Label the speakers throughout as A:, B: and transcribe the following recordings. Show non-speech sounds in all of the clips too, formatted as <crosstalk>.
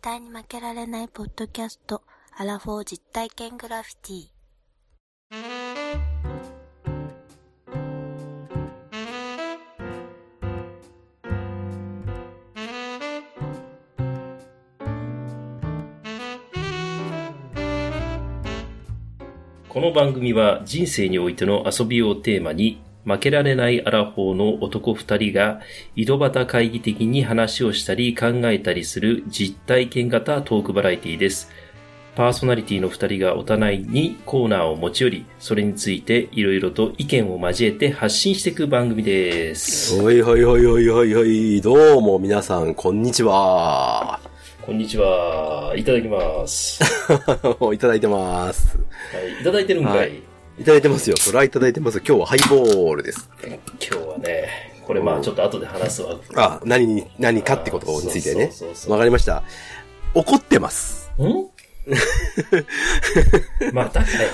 A: 対に負けられないポッドキャスト、アラフォー実体験グラフィティ。
B: この番組は人生においての遊びをテーマに、負けられないアラフォーの男二人が、井戸端会議的に話をしたり考えたりする実体験型トークバラエティです。パーソナリティの二人がお互いにコーナーを持ち寄り、それについていろいろと意見を交えて発信していく番組です。
C: はいはいはいはいはいはい。どうも皆さん、こんにちは。 <laughs>
B: こんにちは。いただきます。
C: いただいてます。
B: はい、いただいてるんかい、
C: はいいただいてますよ。それはいただいてます。今日はハイボールです。
B: 今日はね、これまあちょっと後で話すわ。
C: あ、何に、何かってことについてね
B: そうそうそう。そう
C: わかりました。怒ってます。
B: ん <laughs> またかよ。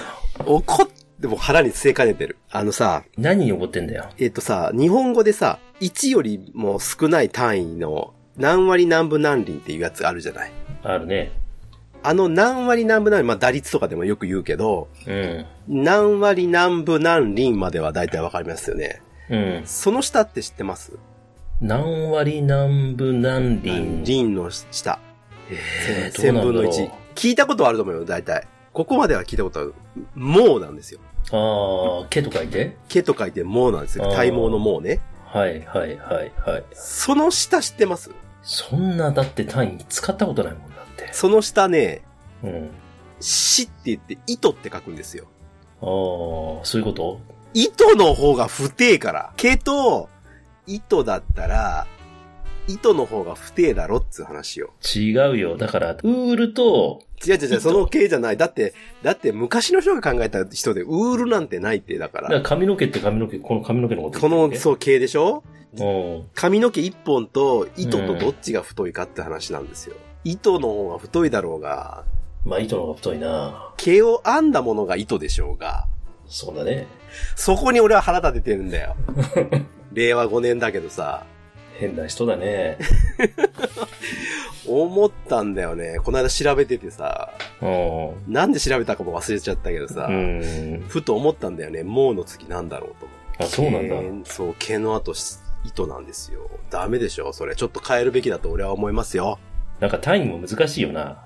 C: 怒って、もう腹に据えかねてる。あのさ、
B: 何に怒ってんだよ。
C: えっ、とさ、日本語でさ、1よりも少ない単位の何割何分何厘っていうやつあるじゃない。
B: あるね。
C: あの何割何分何厘、まあ打率とかでもよく言うけど、
B: うん。
C: 何割何分何輪までは大体わかりますよね。
B: うん。
C: その下って知ってます
B: 何割何分何輪。
C: 輪の下。
B: えー
C: 千分の。
B: どう
C: 一
B: なんだろう
C: 聞いたことはあると思うよ、大体。ここまでは聞いたことある。もうなんですよ。
B: ああ、毛と書いて
C: 毛と書いてもうなんですよ。
B: あー
C: 体毛のもうね。
B: はいはいはいはい。
C: その下知ってます
B: そんな、だって単位使ったことないもんだって。
C: その下ね、
B: うん。
C: 死って言って糸って書くんですよ。
B: ああ、そういうこと
C: 糸の方が不定から。毛と糸だったら、糸の方が不定だろっつう話よ。
B: 違うよ。だから、ウールと、
C: 違う違う違
B: 糸
C: う、その系じゃない。だって、だって昔の人が考えた人で、ウールなんてないって、だか
B: だから
C: ら。
B: 髪の毛って髪の毛、この髪の毛のこと
C: この、
B: う。
C: そう、系でしょ
B: うん。
C: 髪の毛一本と糸とどっちが太いかって話なんですよ。糸の方が太いだろうが、
B: まあ、糸の方が太いな。
C: 毛を編んだものが糸でしょうが、
B: そうだね。
C: そこに俺は腹立ててる
B: <laughs>
C: んだよ。令和5年だけどさ、
B: 変な人だ
C: <laughs>
B: ね。
C: 思ったんだよね。この間調べててさ、
B: うん。
C: なんで調べたかも忘れちゃったけどさ、
B: うん。
C: ふと思ったんだよね。もうの次なんだろうと思って
B: あ、そうなんだ。
C: 毛そう、毛の後、糸なんですよ。ダメでしょそれ。ちょっと変えるべきだと俺は思いますよ。
B: なんか単位も難しいよな。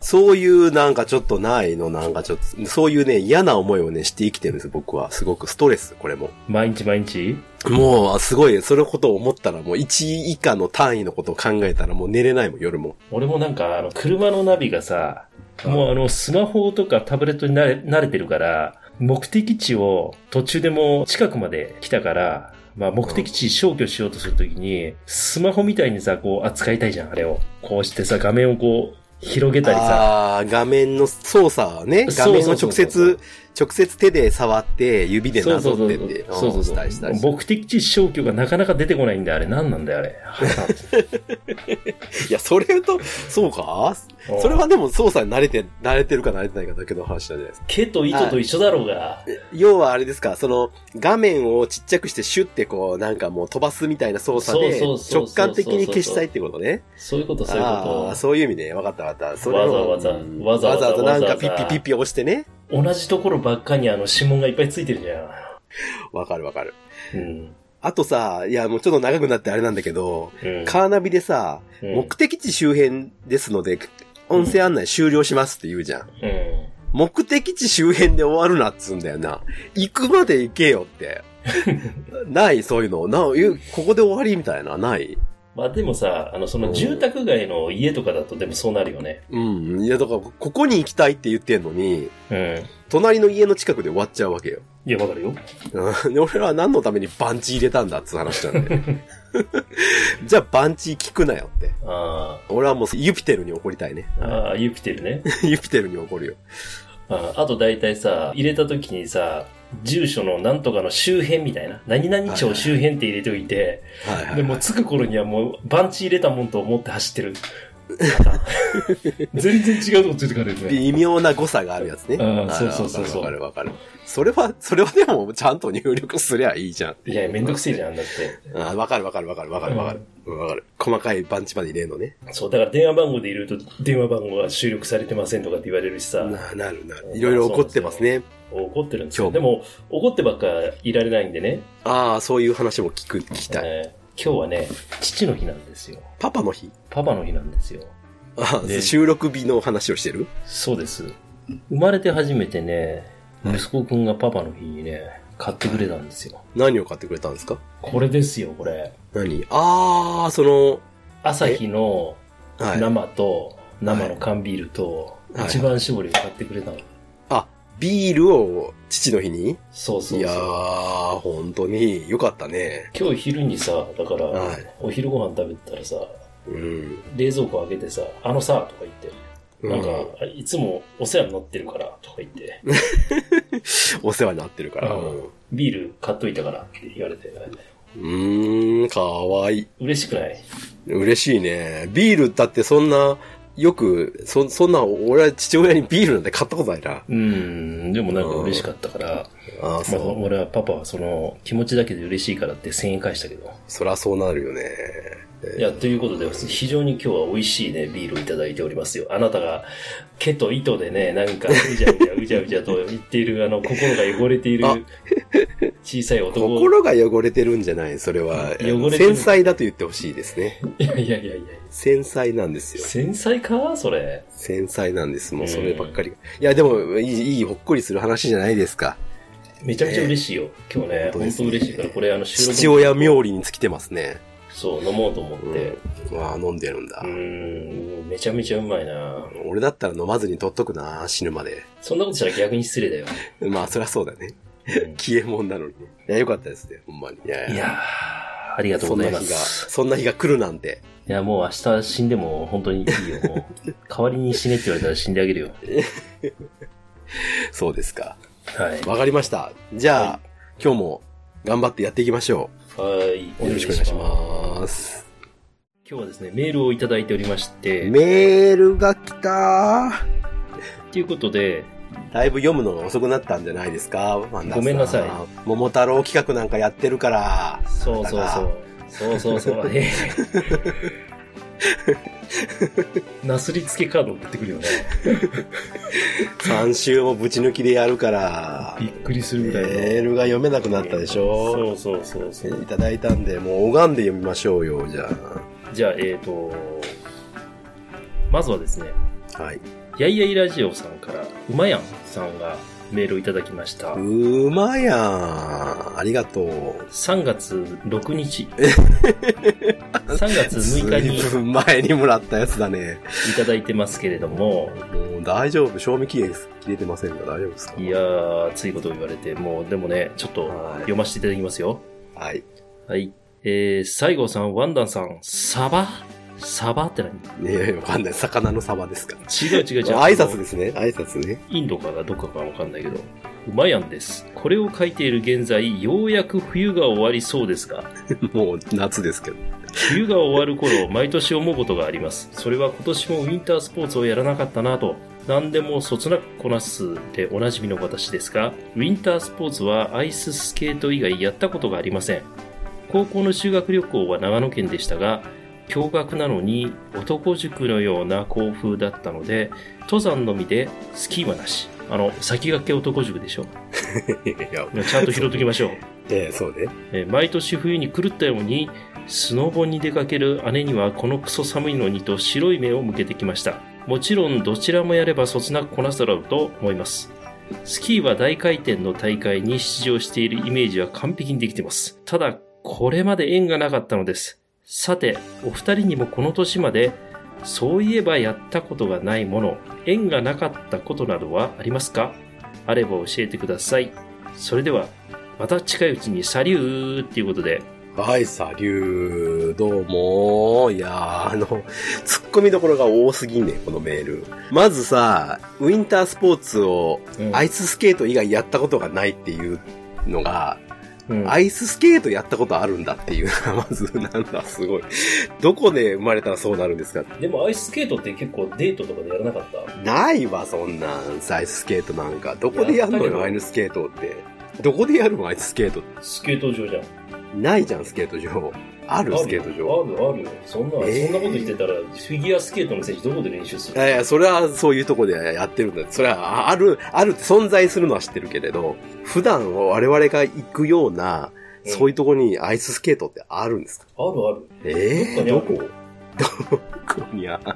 C: そういうなんかちょっとないの、なんかちょっと、そういうね、嫌な思いをね、して生きてるんです、僕は。すごくストレス、これも。
B: 毎日毎日
C: もう、すごい、そのことを思ったらもう1以下の単位のことを考えたらもう寝れないもん、夜も。
B: 俺もなんか、あの、車のナビがさ、もうあの、スマホとかタブレットに慣れ慣れてるから、目的地を途中でも近くまで来たから、まあ目的地消去しようとするときに、スマホみたいにさ、こう扱いたいじゃん、あれを。こうしてさ、画面をこう、広げたりさ。
C: あー画面の操作ね、画面を直
B: そうそうそう
C: 接、直接手で触って、指でなぞって
B: そ
C: って、
B: うそうそう。そうそうそう
C: したりしたりして
B: 目的地消去がなかなか出てこないんだよ、あれ。何なんだよ、あれ。
C: <laughs> いや、それ言うと、そうかそれはでも操作に慣れて、慣れてるか慣れてないかだけの話なんじゃないですか。
B: 毛と糸と一緒だろうが。
C: 要はあれですか、その、画面をちっちゃくしてシュってこう、なんかもう飛ばすみたいな操作で
B: そうそう、そうそう
C: 直
B: そう
C: 感的に消したいってことね。
B: そういうこと、そういう
C: あ
B: こ
C: あ、そういう意味ね。わかったわかった。それを
B: わざわざ
C: うん
B: わざわざ
C: わざなん
B: わざわざ
C: かピッピピッピ押してね。
B: と。同じところばっかにあの指紋がいっぱいついてるじゃん。
C: わかるわかる。
B: うん。
C: あとさ、いや、もうちょっと長くなってあれなんだけど、
B: うん
C: カーナビでさ、
B: うん
C: 目的地周辺ですので、音声案内終了しますって言うじゃん。
B: うん。
C: 目的地周辺で終わるなっつうんだよな。行くまで行けよって。ない、そういうの。な、ゆここで終わりみたいな、ない。
B: まあでもさ、あの、その住宅街の家とかだとでもそうなるよね。
C: うん。いや、だから、ここに行きたいって言ってんのに、
B: うん。
C: 隣の家の近くで終わっちゃうわけよ。
B: いや、わかるよ。
C: うんで俺らは何のためにバンチ入れたんだっつう話なんで。じゃあバンチ聞くなよって。
B: あ
C: 俺はもうユピテルに怒りたいね。 <laughs>
B: あ。ああ、ユピテルね。
C: ユピテルに怒るよ。
B: あああと大体さ、入れた時にさ、住所のなんとかの周辺みたいな。何々町周辺って入れておいて、
C: はいはい、
B: でも着く頃にはもう番地入れたもんと思って走ってる。パタ <laughs> ーン全然違うとこついてかれるね。
C: 微妙な誤差があるやつね。
B: うん
C: あー
B: そうそうそうそう
C: わかるわかる。わかるそれは、それはでも、ちゃんと入力すりゃいいじゃん。
B: いや、めんどくせえじゃん、だって。
C: あーわかるわかるわかるわかるわかる。うんわかる。細かい番地まで入れるのね。
B: そう、だから電話番号で入れると、電話番号が収録されてませんとかって言われるしさ、
C: ななるなる。いろいろ怒ってますね。
B: 怒ってるんですよ。
C: 今
B: で
C: 日
B: も、怒ってばっかいられないんでね、
C: ああ、そういう話も聞く、聞きたい。
B: えー今日はね、父の日なんですよ。
C: パパの日
B: パパの日なんですよ。
C: あー
B: ね
C: 収録日の話をしてる
B: そうです。生まれて初めてね、
C: はい
B: 息子くんがパパの日にね、買ってくれたんですよ。
C: 何を買ってくれたんですか
B: これですよ、これ。
C: 何ああ、その、
B: 朝日の
C: はい。
B: 生と、生の缶ビールと、
C: はい
B: 一番搾りを買ってくれたの。
C: あ、ビールを父の日に
B: そうそうそう。
C: いやー、本当によかったね。
B: 今日昼にさ、だから、
C: はい
B: お昼ご飯食べてたらさ、
C: うん。
B: 冷蔵庫開けてさ、あのさ、とか言って、なんか、
C: う
B: いつもお世話になってるから、とか言って、
C: お世話になってるから。
B: う
C: うんん
B: ビール買っといたからって言われて、
C: うーん、かわいい。
B: 嬉しくない
C: 嬉しいね。ビールだってそんな、よく、そ、そんな、俺は父親にビールなんて買ったことないな。
B: うん、でもなんか嬉しかったから、
C: ああ、
B: ま
C: そ
B: あ、
C: う。
B: 俺はパパはその気持ちだけで嬉しいからって1000円返したけど。
C: そりゃそうなるよね。
B: いや、ということで、非常に今日は美味しいね、ビールをいただいておりますよ。あなたが、毛と糸でね、なんか、うじゃうじゃ、うじゃうじゃと言っている、あの、心が汚れている
C: あ、
B: 小さい男を。
C: 心が汚れてるんじゃないそれは。あ
B: 汚
C: の
B: れてる
C: 繊細だと言ってほしいですね。
B: いやいやいやいや。
C: 繊細なんですよ。
B: 繊細かそれ。
C: 繊細なんです。もうそればっかり。
B: う
C: いや、でも、いい、いい、ほっこりする話じゃないですか。
B: めちゃめちゃ嬉しいよ。今日ね、
C: 本当で
B: 本
C: す
B: 当
C: ね
B: 嬉しいから、これ、あの、収録。
C: 父親冥利に尽きてますね。
B: そう、飲もうと思って。
C: うわあ飲んでるんだ
B: う。ーん、めちゃめちゃうまいな
C: 俺だったら飲まずに取っとくな死ぬまで。
B: そんなことしたら逆に失礼だよ。
C: <laughs> まあ、そりゃそうだね。
B: うん
C: 消えもんなのにね。いや、よかったですね、ほんまに。いや
B: いやー、ありがとう
C: そ
B: ご
C: ん
B: ざ
C: ない
B: ま
C: 日が、
B: す。
C: そんな日が来るなんて。
B: いや、もう明日死んでも本当にいいよ、も
C: <laughs>
B: う。代わりに死ねって言われたら死んであげるよ。
C: そうですか。
B: はい。
C: わかりました。じゃあ、
B: は
C: 今日も頑張ってやっていきましょ
B: はい。
C: う。よろしくお願いします。
B: 今日はですね、メールをいただいておりまして、
C: メールが来た
B: ということで、
C: だいぶ読むのが遅くなったんじゃないですかワンダーさ
B: ごめんなさい
C: 桃太郎企画なんかやってるから。
B: そうそうそう。そうそうそ
C: <laughs>
B: う。ええなすりつけカード送ってくるよね。
C: 3週もぶち抜きでやるから
B: び。っくりする
C: メ
B: ぐらいの。
C: ールが読めなくなったでしょ
B: そうそうそうそう。
C: いただいたんで、もう拝んで読みましょうよ、じゃ
B: じゃあ、えっ、と、まずはですね、
C: あ。はい。
B: やいやいラジオさんから、うまやんさんがメールをいただきました。
C: うまやん。ありがとう。
B: 3月6日。3月6日にい
C: ずいぶん前にもらったやつだね。
B: ただいてますけれども、
C: もう大丈夫。賞味期限切れてませんが大丈夫ですか
B: いやー、ついことを言われて、もう、でもね、ちょっと
C: はい
B: 読ませていただきますよ。
C: はい。
B: はい。えー、西郷さん、ワンダンさん、サバサバって何
C: ねえ、わかんない。魚のサバですか
B: 違う違う違う。
C: <laughs> 挨拶ですね。挨拶ね。
B: インドからどっかかわかんないけど、うまやんです。これを書いている現在、ようやく冬が終わりそうですが、
C: もう夏ですけど。
B: 冬が終わる頃、毎年思うことがあります。それは今年もウィンタースポーツをやらなかったなと、何でもそつなくこなすでおなじみの私ですが、ウィンタースポーツはアイススケート以外やったことがありません。高校の修学旅行は長野県でしたが、驚愕なのに男塾のような校風だったので、登山のみでスキーはなし。あの、先駆け男塾でしょ。
C: いや、
B: ちゃんと拾っときましょう。
C: ええそうね。
B: えー毎年冬に狂ったようにスノボに出かける姉にはこのクソ寒いのにと白い目を向けてきましたもちろんどちらもやればそつなくこなすだろうと思いますスキーは大回転の大会に出場しているイメージは完璧にできてますただこれまで縁がなかったのですさてお二人にもこの年までそういえばやったことがないもの縁がなかったことなどはありますかあれば教えてくださいそれではまた近いうちにサリューっていうことで、
C: はい、サリュー、どうもいやーあの、突っ込みどころが多すぎんねん、このメール。まずさ、ウィンタースポーツをアイススケート以外やったことがないっていうのが、
B: うん
C: アイススケートやったことあるんだっていう <laughs> のが、まず、なんかすごい。どこで生まれたらそうなるんですか
B: でもアイススケートって結構デートとかでやらなかった
C: ないわ、そんなん。アイススケートなんか。どこでやんの
B: やったけど
C: よ、アイススケートって。どこでやるの、アイススケート。
B: スケート場じゃん。
C: ないじゃん、スケート場。ある、スケート場。
B: あるよあるよ。そんな、
C: えー
B: そんなこと言ってたら、フィギュアスケートの選手どこで練習す
C: い
B: る
C: やいや、それはそういうとこでやってるんだ。それはあある、ある、存在するのは知ってるけれど、普段我々が行くような、
B: うん
C: そういうとこにアイススケートってあるんですか、
B: あるある。
C: え
B: ど
C: えど
B: こ
C: こ
B: に
C: どこにあんの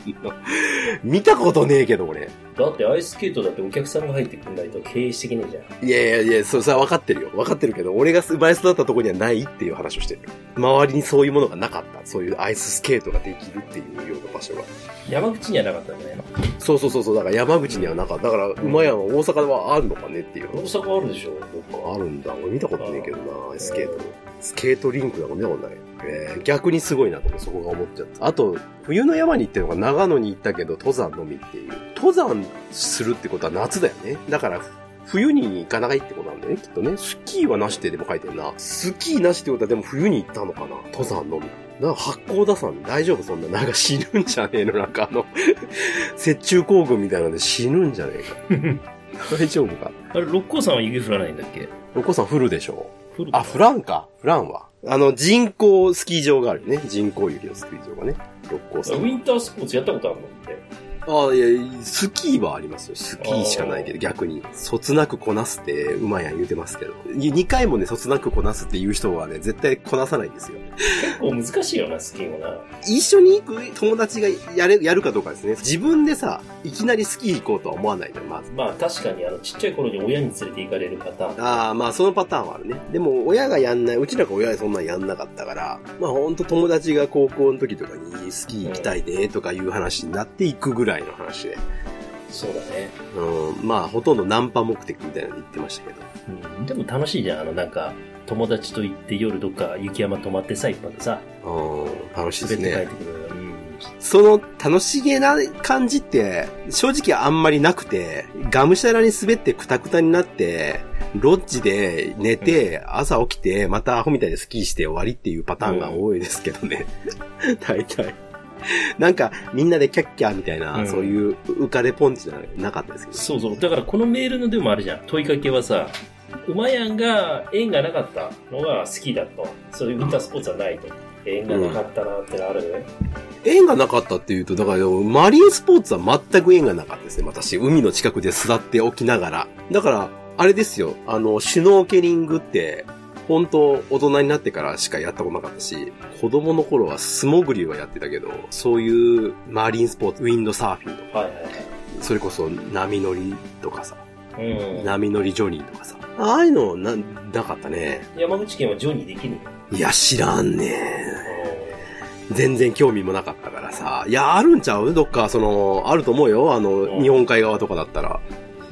C: 見たことねえけど、俺。
B: だってアイススケートだってお客さんが入ってくんないと経営してきねえじゃん。
C: いやいやいや、そそれは分かってるよ。分かってるけど、俺が生まれ育ったとこにはないっていう話をしてる。周りにそういうものがなかった。そういうアイススケートができるっていうような場所が。
B: 山口にはなかったんじゃないの
C: そうそうそうそう、だから山口にはなかった。だから、馬屋は大阪はあるのかねっていう話
B: 大阪あるでしょ、どっか
C: あるんだ。俺見たことねえけどな、スケート。スケートリンクなんか見たことない。えー、逆にすごいなと思ってそこが思っちゃった。あと、冬の山に行ってるのが長野に行ったけど、登山のみっていう。登山するってことは夏だよね。だから、冬に行かないってことなんだよね、きっとね。スキーはなしってでも書いてんな。スキーなしってことはでも冬に行ったのかな登山のみ。なんか八甲田山大丈夫そんな。なんか死ぬんじゃねえのなんかあの、 <laughs> 雪中行軍みたいなので死ぬんじゃねえか。大丈夫か
B: あれ、六甲山は雪降らないんだっけ
C: お子さん降るでしょ
B: 降る
C: あ、フランか。フランは。あの、人工スキー場があるよね。人工雪のスキー場がね。六甲
B: ウ
C: 山。
B: ィンタースポーツやったことあるのって。
C: あいや、スキーはありますよ。スキーしかないけど、逆に。そつなくこなすって、うまいやん言うてますけど。2回もね、そつなくこなすっていう人はね、絶対こなさないんですよ。
B: 結構難しいよな、スキーもな。
C: 一緒に行く友達がやれ、やるかどうかですね。自分でさ、いきなりスキー行こうとは思わないじゃん、まず。
B: まあ確かに、あの、ちっちゃい頃に親に連れて行かれるパターン。
C: ああ、まあそのパターンはあるね。でも親がやんない、うちらが親がそんなんやんなかったから、まあほんと友達が高校の時とかにスキー行きたいねとかいう話になっていくぐらいの話で。
B: そうだね。
C: うん、まあほとんどナンパ目的みたいなので言ってましたけど。
B: うん。でも楽しいじゃん、あの、なんか、友達と行って夜どっか雪山泊まってさ、一泊でさ、
C: うん、楽しい
B: 滑
C: で
B: って
C: す
B: 帰っ
C: ね
B: て。くる。うん。
C: その楽しげな感じって、正直あんまりなくて、がむしゃらに滑ってくたくたになって、ロッジで寝て、朝起きて、またアホみたいでスキーして終わりっていうパターンが多いですけどね。 <laughs> 大体。なんか、みんなでキャッキャーみたいな、
B: うん
C: そういう浮かれポンチじゃなかったですけど。
B: そうそう。だからこのメールのでもあるじゃん。問いかけはさ、馬やんが縁がなかったのが好きだと。そういうウィンタースポーツはないと。縁がなかったなってのあるよね。
C: 縁がなかったっていうと、だから、マリンスポーツは全く縁がなかったですね。私、海の近くで育っておきながら。だから、あれですよ、あの、シュノーケリングって、本当大人になってからしかやったことなかったし、子供の頃は素潜りはやってたけど、そういうマリンスポーツ、ウィンドサーフィンとか、
B: はいはい
C: それこそ波乗りとかさ、
B: はい。うん。
C: 波乗りジョニーとかさ、ああいうのな、なかったね。
B: 山口県はジョニーできる
C: いや、知らんね全然興味もなかったからさ。いや、あるんちゃうどっか、その、あると思うよ。あ
B: うん
C: の、日本海側とかだったら。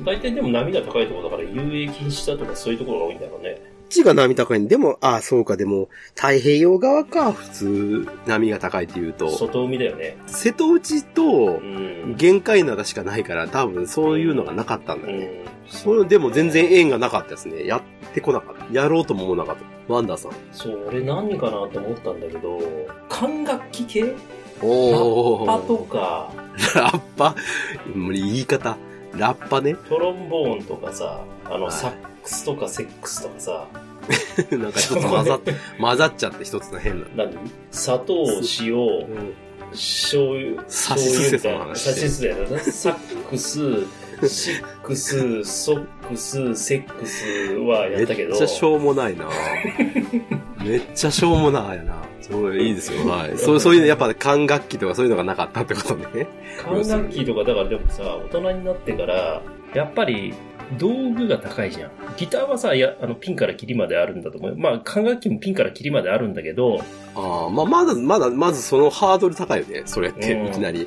B: 大体でも波が高いところだから遊泳禁止だとかそういうところが多いんだろうね。
C: こっちが波高いんでも、ああ、そうか、でも、太平洋側か、普通、波が高いって言うと。
B: 外海だよね。
C: 瀬戸内と
B: う、ん。
C: 限界灘しかないから、多分、そういうのがなかったんだ
B: う
C: よね。
B: ん
C: それでも全然縁がなかったですね。やってこなかった。やろうとも思わなかった。ワンダーさん。
B: そう、俺何かなと思ったんだけど、管楽器系
C: お
B: パとか、
C: ラッパもう言い方。ラッパね。 <laughs>
B: トロンボーンとかさ、あの、
C: はい
B: サックスとかセックスとかさ、
C: なんかちょっと混ざっ、混ざっちゃって一つの変な。
B: <laughs> 何砂糖、塩、醤油、
C: さしすせその
B: な。
C: 話
B: サシスだよな。サックス、シックス、ソックス、セックスはやったけど。
C: めっちゃしょう
B: <laughs>
C: もないなめっちゃしょうもないな。そう、いいですよ。はい。そう、そういうの、やっぱ管楽器とかそういうのがなかったってことね。
B: 管楽器とか、だからでもさ、大人になってから、やっぱり、道具が高いじゃん。ギターはさ、や、あの、ピンからキリまであるんだと思うよ。まあ、管楽器もピンからキリまであるんだけど、
C: ああ、まあ、まだ、まだ、まずそのハードル高いよね。それっ
B: うん
C: て、いきなり。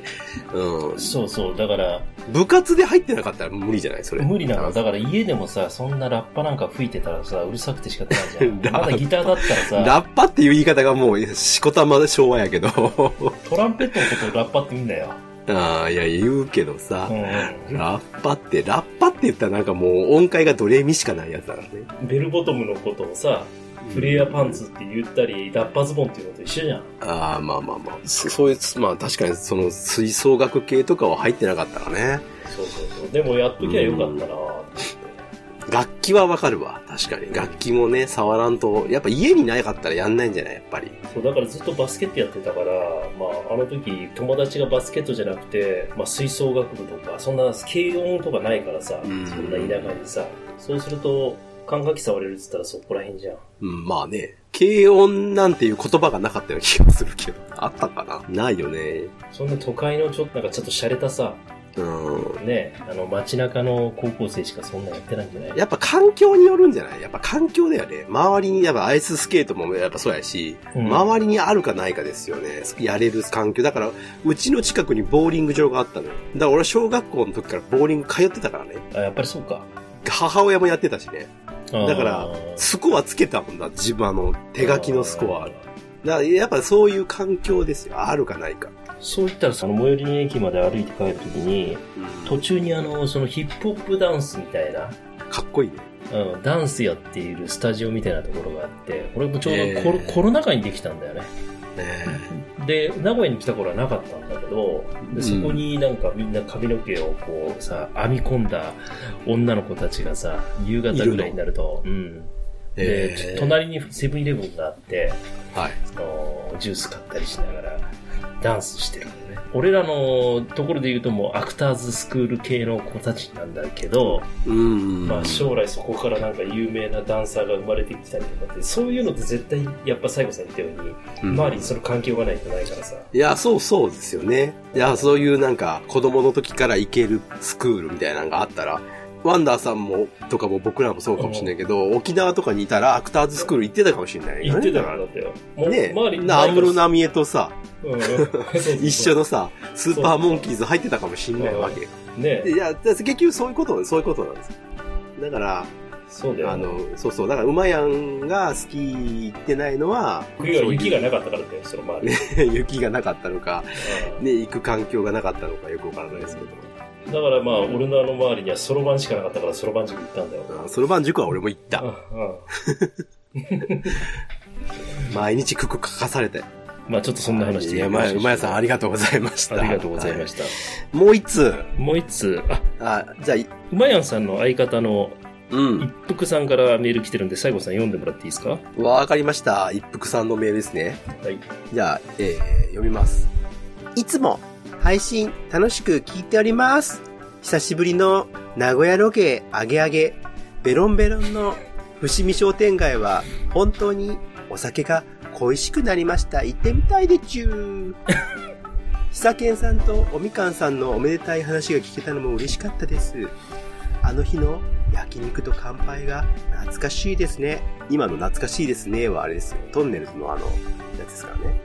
C: うん。
B: そうそう、だから、
C: 部活で入ってなかったら無理じゃないそれ。
B: 無理なの。だから家でもさ、そんなラッパなんか吹いてたらさ、うるさくて仕方ないじゃん。
C: <laughs> ラ
B: まだギターだったらさ、
C: ラッパっていう言い方がもう、しこたまで昭和やけ
B: <laughs>
C: ど。
B: トランペットのことをラッパって言うんだよ。
C: ああ、いや、言うけどさ。
B: う
C: ラッパって、ラッパって言ったらなんかもう音階がドレミしかないやつだからね。
B: ん。ベルボトムのことをさ、フレアパンツって言ったり、ダッパズボンっていうのと一緒じゃん。
C: ああ、まあまあまあ。そそういう、まあ確かにその吹奏楽系とかは入ってなかったからね。
B: そうそうそう。でもやっときゃよかったなと思って
C: 楽器はわかるわ。確かに。楽器もね、触らんと。やっぱ家になかったらやんないんじゃないやっぱり。
B: そう、だからずっとバスケットやってたから、まあ、あの時、友達がバスケットじゃなくて、まあ、吹奏楽部とか、そんな軽音とかないからさ、そ
C: うん
B: んな田舎にさ、そうすると、管楽器触れるって言ったらそこら辺じゃん。
C: うん、まあね。軽音なんていう言葉がなかったような気がするけど。あったかなないよね。
B: そんな都会のちょっと、なんかちょっと洒落たさ、
C: うん。
B: ね、あの街中の高校生しかそんなんやってないんじゃない
C: やっぱ環境によるんじゃないやっぱ環境だよね。周りに、やっぱアイススケートもやっぱそうやし、
B: うん
C: 周りにあるかないかですよね。やれる環境。だから、うちの近くにボーリング場があったのよ。だから俺は小学校の時からボーリング通ってたからね。
B: あやっぱりそうか。
C: 母親もやってたしね。だ
B: だ
C: から、スコアつけたもんだ。自分あの、手書きのスコア。だからやっぱそういう環境ですよ。あるかないか。
B: そういったらその最寄りの駅まで歩いて帰るときに、途中にあの、そのヒップホップダンスみたいな、
C: かっこいいね。
B: うん、ダンスやっているスタジオみたいなところがあって、これもちょうどコロ,、
C: えー
B: コロナ禍にできたんだよね。
C: ね
B: で、名古屋に来た頃はなかったんだけど、でそこになんかみんな髪の毛をこうさ、編み込んだ女の子たちがさ、夕方ぐらいになると、うん。で、
C: え
B: ちょ
C: え
B: 隣にセブンイレブンがあって、
C: はい。
B: あのジュース買ったりしながらダンスしてるんだよね。俺らのところで言うともうアクターズスクール系の子たちなんだけど、
C: うん
B: まあ将来そこからなんか有名なダンサーが生まれてきたりとかって、そういうのって絶対やっぱ最後さん言ったように、
C: うん
B: 周りにその環境がないとないからさ。
C: いや、そうそうですよね。いや、そういうなんか、子供の時から行けるスクールみたいなのがあったら、ワンダーさんも、とかも僕らもそうかもしれないけど、沖縄とかにいたらアクターズスクール行ってたかもしれない。
B: 言ってた
C: か
B: からだ
C: ら
B: ったよ。もう
C: ね
B: 周りに
C: な、安室奈美恵とさ、
B: うんそうそうそう
C: <laughs> 一緒のさ、スーパーモンキーズ入ってたかもしれないわけよ。
B: ね
C: いや、だから結局そういうこと、そういうことなんですよ。だから、
B: そうだよ。
C: あの、そうそう、だから、馬やんがスキー行ってないのは、
B: 冬は雪が
C: <laughs>
B: な
C: か
B: かったからだよ、その周り。
C: った。雪がなかったのか、
B: うん
C: ね、行く環境がなかったのかよくわからないですけど。
B: だからまあ、俺のあの周りにはそろばんしかなかったからそろばん塾行ったんだよ。
C: うんそろばん塾は俺も行った
B: う。んうん
C: 毎日クク書かされて。
B: まあちょっとそんな話で。
C: いや、ま、馬屋さんありがとうございました。
B: ありがとうございまし
C: し
B: た。
C: た。もう一つ。
B: もう一つ、あ、
C: あ、じゃあ、いう
B: まやんさんの相方の
C: うん。
B: 一服さんからメール来てるんで、最後さん読んでもらっていいですかは
C: わかりました。一服さんのメールですね。
B: い。
C: じゃあ、えー、読みます。いつも配信楽しく聞いております。久しぶりの名古屋ロケあげあげ、ベロンベロンの伏見商店街は本当にお酒が恋しくなりました。行ってみたいでちゅー。久健さんとおみかんさんのおめでたい話が聞けたのも嬉しかったです。あの日の焼肉と乾杯が懐かしいですね。今の懐かしいですねはあれですよ。トンネルズのあの、やつですからね。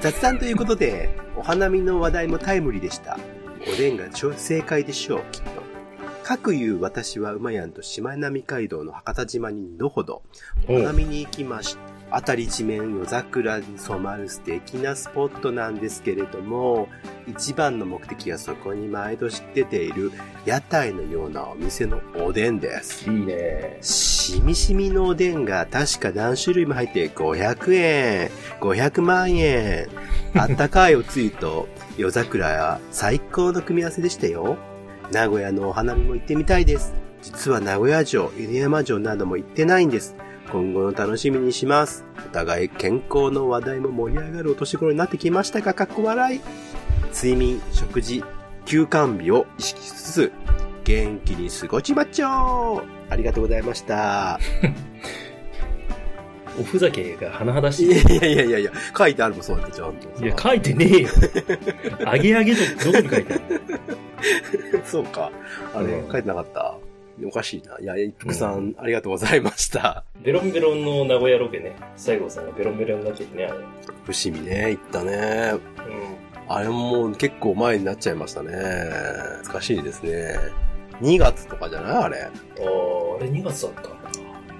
C: 雑談ということで、お花見の話題もタイムリーでした。おでんがちょ正解でしょう、きっと。かくいう私は馬やんとしまなみ海道の博多島に2度ほど、お花見に行きました。あたり一面夜桜に染まる素敵なスポットなんですけれども、一番の目的はそこに毎年出ている屋台のようなお店のおでんです。
B: いいね。
C: しみしみのおでんが確か何種類も入って500円、500万円。あったかいおつゆと夜桜は最高の組み合わせでしたよ。名古屋のお花見も行ってみたいです。実は名古屋城、犬山城なども行ってないんです。今後の楽しみにします。お互い健康の話題も盛り上がるお年頃になってきましたが、かっこ笑い。睡眠、食事、休館日を意識しつつ、元気に過ごしまっちょうありがとうございました。
B: おふざけが甚だし
C: い
B: い。
C: やいやいやいやいや、書いてあるもん、そうやってちゃんと。
B: いや、書いてねえよ。あげあげと、どこに書いてある
C: <laughs> そうか。あれ、
B: うん
C: 書いてなかった。おかしいな。いや、一服さん、ありがとうございました。
B: ベロンベロンの名古屋ロケね。西郷さんがベロンベロンになっててね、あれ。
C: 伏見ね、行ったね。
B: うん。
C: あれももう結構前になっちゃいましたね。難しいですね。2月とかじゃないあれ。
B: ああ、あれ2月だった。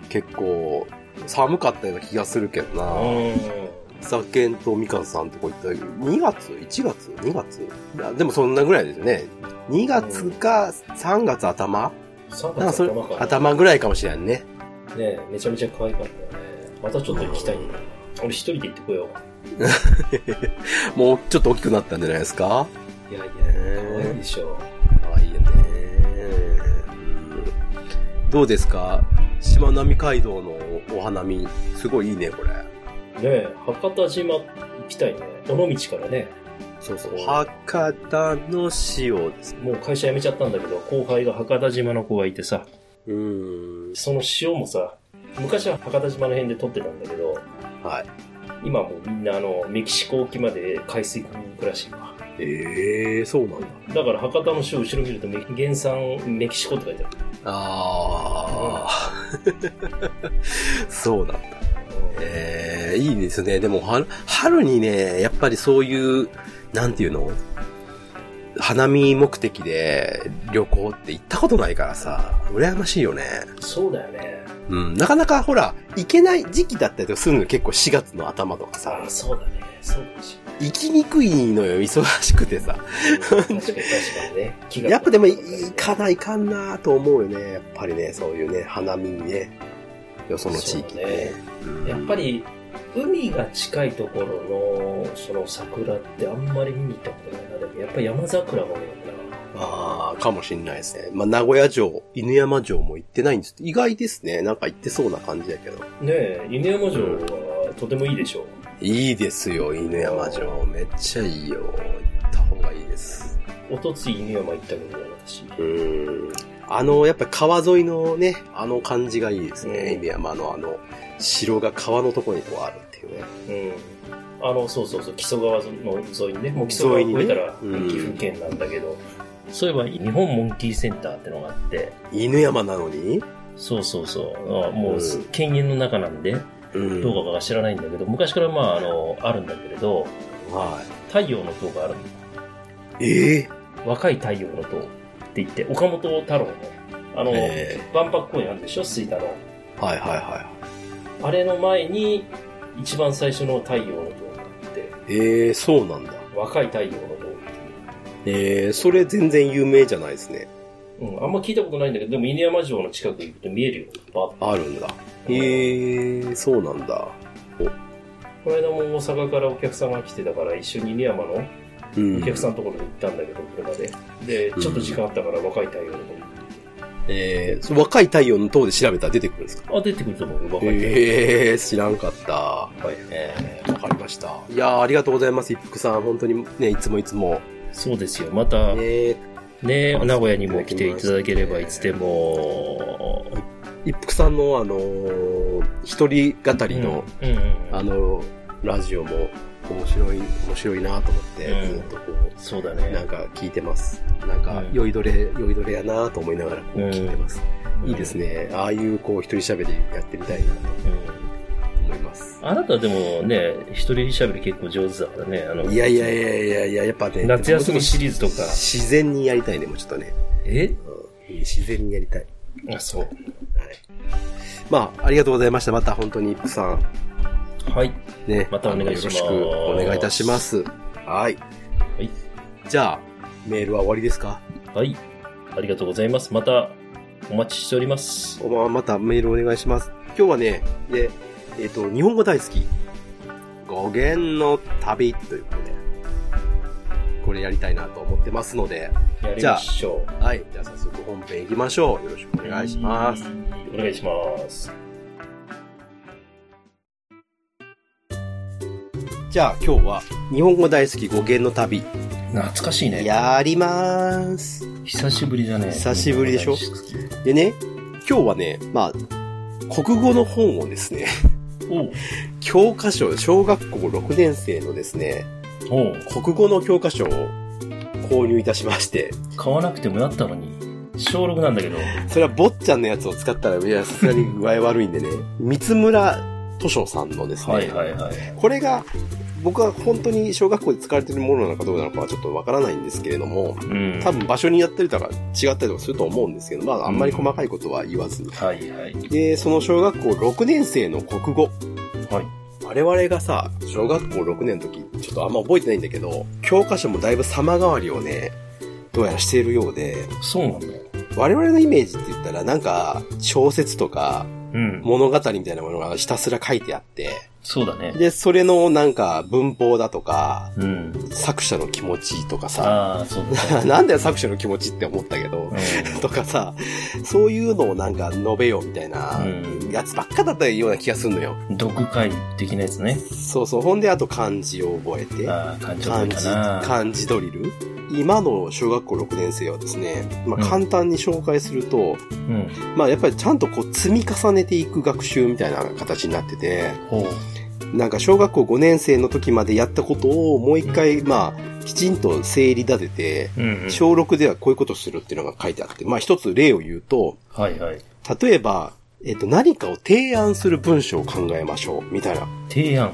C: 結構、寒かったような気がするけどな。
B: う
C: さけんとみかんさんとこ行った時、2月 ?1 月 ?2 月いやでもそんなぐらいですよね。2月か3月頭
B: ん。3
C: なんか
B: 月
C: それ
B: 頭か、な。
C: 頭ぐらいかもしれんね。
B: ねめちゃめちゃ可愛かったよね。またちょっと行きたいんだよ。俺一人で行ってこよ
C: もうちょっと大きくなったんじゃないですか
B: う。いやいや、
C: ね
B: 可愛いでしょ。
C: 可愛いよね、うんどうですかしまなみ海道のお花見、すごいいいね、これ。
B: ねえ博多島行きたいね。尾道からね。
C: そうそう。博多の塩です。
B: もう会社辞めちゃったんだけど、後輩が博多島の子がいてさ、
C: うん。
B: その塩もさ、昔は博多島の辺で取ってたんだけど、
C: はい。
B: 今もうみんなあの、メキシコ沖まで海水汲みに行くらしいわ。
C: ええそうなんだ。
B: だから博多の塩後ろ見るとメキ、原産メキシコって書いてある。
C: ああ。 <laughs> そうなんだ。ええいいですね。でも、は春にね、やっぱりそういう、なんていうの花見目的で旅行って行ったことないからさ、羨ましいよね。
B: そうだよね。
C: うん、なかなかほら、行けない時期だったりとかするの結構4月の頭とか
B: あ
C: さ
B: あ、、そうだね。そうかもし
C: 行きにくいのよ、忙しくてさ。 <laughs>
B: れない。確かに確かにね。気が
C: やっぱでも行かないかんなと思うよね。やっぱりね、そういうね、花見にね。よその地域にね。うん
B: やっぱり、海が近いところの、その桜ってあんまり見に行ったことないな。でもやっぱ山桜もね、
C: ああ、かもしんないですね。まあ、名古屋城、犬山城も行ってないんです。意外ですね。なんか行ってそうな感じだけど。
B: ねえ、犬山城はとてもいいでしょう。
C: いいですよ、犬山城。めっちゃいいよ。行った方がいいです。
B: おとつい犬山行ったけど、私。
C: うーん。あの、やっぱ川沿いのね、あの感じがいいですね。
B: うん
C: 犬山のあの、城が川のところにこうあるっていうね。
B: うん。あの、そうそうそう、木曽川の沿いにね、もう木曽川を越えたら
C: 沿いにねうん
B: 岐阜県なんだけど、そういえば日本モンキーセンターってのがあって、
C: 犬山なのに
B: そうそうそう、あもうす
C: うん
B: 犬猿の中なんで、
C: うん
B: どうかが知らないんだけど、昔からまあ、あの、あるんだけれど、
C: は
B: 太陽の塔があるんだ
C: い。ええ
B: 若い太陽の塔って言って、岡本太郎の、あの、
C: え
B: 万博公園あるでしょ、吹田の。
C: はいはいは
B: あれの前に、一番最初の太陽の塔があって、
C: い。ええそうなんだ。
B: 若い太陽の塔
C: ええそれ全然有名じゃないですね。
B: うん、あんま聞いたことないんだけど、でも犬山城の近く行くと見えるよ。バッと
C: あるんだ。
B: うん
C: ええそうなんだ。
B: この間も大阪からお客さんが来てたから、一緒に犬山の
C: うん
B: お客さんのところに行ったんだけど、車で。で、ちょっと時間あったから若い太陽のとこ
C: えーそ若い太陽の塔で調べたら出てくるんですか
B: あ、出てくると思うよ、若い太陽。
C: えー、知らんかった。
B: はい
C: えー、わかりました。いやー、ありがとうございます、一服さん。本当にね、いつもいつも。
B: そうですよ。また、ね、
C: えー、
B: 名古屋にも来ていただければ、いつでも、
C: 一服さんの、あのー一人語りの、
B: うん、うんうん
C: あのラジオも面白い、面白いなと思って、
B: うん
C: ずっとこう、
B: そうだね。
C: なんか聞いてます。なん
B: う、
C: か
B: ん
C: 酔いどれ、酔いどれやなと思いながらこう
B: うん
C: 聞いてます。いいですね。ああいう、こう、一人喋りやってみたいなと
B: うん。
C: 思います。
B: あなたでもね、一人喋り結構上手だからね。あの
C: いやいやいやいやいや、やっぱね、
B: 夏休みシリーズとか
C: 自然にやりたいね、もうちょっとね。
B: え
C: うん、自然にやりたい。はい。
B: あ、そう。
C: まあ、ありがとうございました。また本当に、一夫さん、
B: はい。
C: ね。
B: またお願いします
C: あのよろしくお願いいたします。はい。
B: い
C: じゃあ、メールは終わりですか
B: はい。ありがとうございます。また、お待ちしております。
C: おま、またメールお願いします。今日はね、で、えっ、と、日本語大好き。語源の旅ということで、これやりたいなと思ってますので、
B: やりましょ
C: はい。じゃあ早速本編行きましょう。よろしく
B: う。
C: お願いします。。
B: お願いします。
C: じゃあ今日は日本語大好き語源の旅
B: 懐かしいね。
C: やりまーす。
B: 久しぶりだね。
C: 久しぶりでしょ
B: 大好き
C: でね、今日はね、まあ、国語の本をですね、 <laughs>
B: おう
C: 教科書、小学校6年生のですね、
B: おう
C: 国語の教科書を購入いたしまして、
B: 買わなくてもなったのに。小6なんだけど。
C: それは坊っちゃんのやつを使ったら、いや、さすがに具合悪いんでね、三村図書さんのですね、
B: はいはいはい。
C: これが、僕は本当に小学校で使われているものなのかどうなのかはちょっとわからないんですけれども、
B: うん。
C: 多分場所によってるとか違ったりとかすると思うんですけど、まああんまり細かいことは言わずに。
B: はいはい。
C: で、その小学校6年生の国語。
B: はい。
C: 我々がさ、小学校6年の時、ちょっとあんま覚えてないんだけど、教科書もだいぶ様変わりをね、どうやらしているようで、
B: そうなんだよ。
C: 我々のイメージって言ったらなんか、小説とか、
B: ううん。
C: 物語みたいなものがひたすら書いてあって、
B: そうだね。
C: で、それのなんか文法だとか、
B: うん。
C: 作者の気持ちとかさ、
B: ああ、そうだね。
C: <laughs> なんだよ作者の気持ちって思ったけど、とかさ、そういうのをなんか述べようみたいな
B: うん
C: やつばっかだったような気がするのよ。
B: うん。読解的なやつね。
C: そうそう。ほんで、あと漢字を覚えて、
B: ああ、感じだ
C: 漢
B: った
C: 字、
B: かな。
C: 漢字ドリル。今の小学校6年生はですね、まあ、
B: うん
C: 簡単に紹介すると、
B: うん。
C: まあやっぱりちゃんとこう積み重ねていく学習みたいな形になってて、
B: ほう。
C: なんか小学校5年生の時までやったことをもう一回、まあ、きちんと整理立てて、
B: うんうん。
C: 小6ではこういうことするっていうのが書いてあって、まあ一つ例を言うと、
B: はいはい。
C: 例えば、えっと、何かを提案する文章を考えましょう、みたいな。
B: 提案。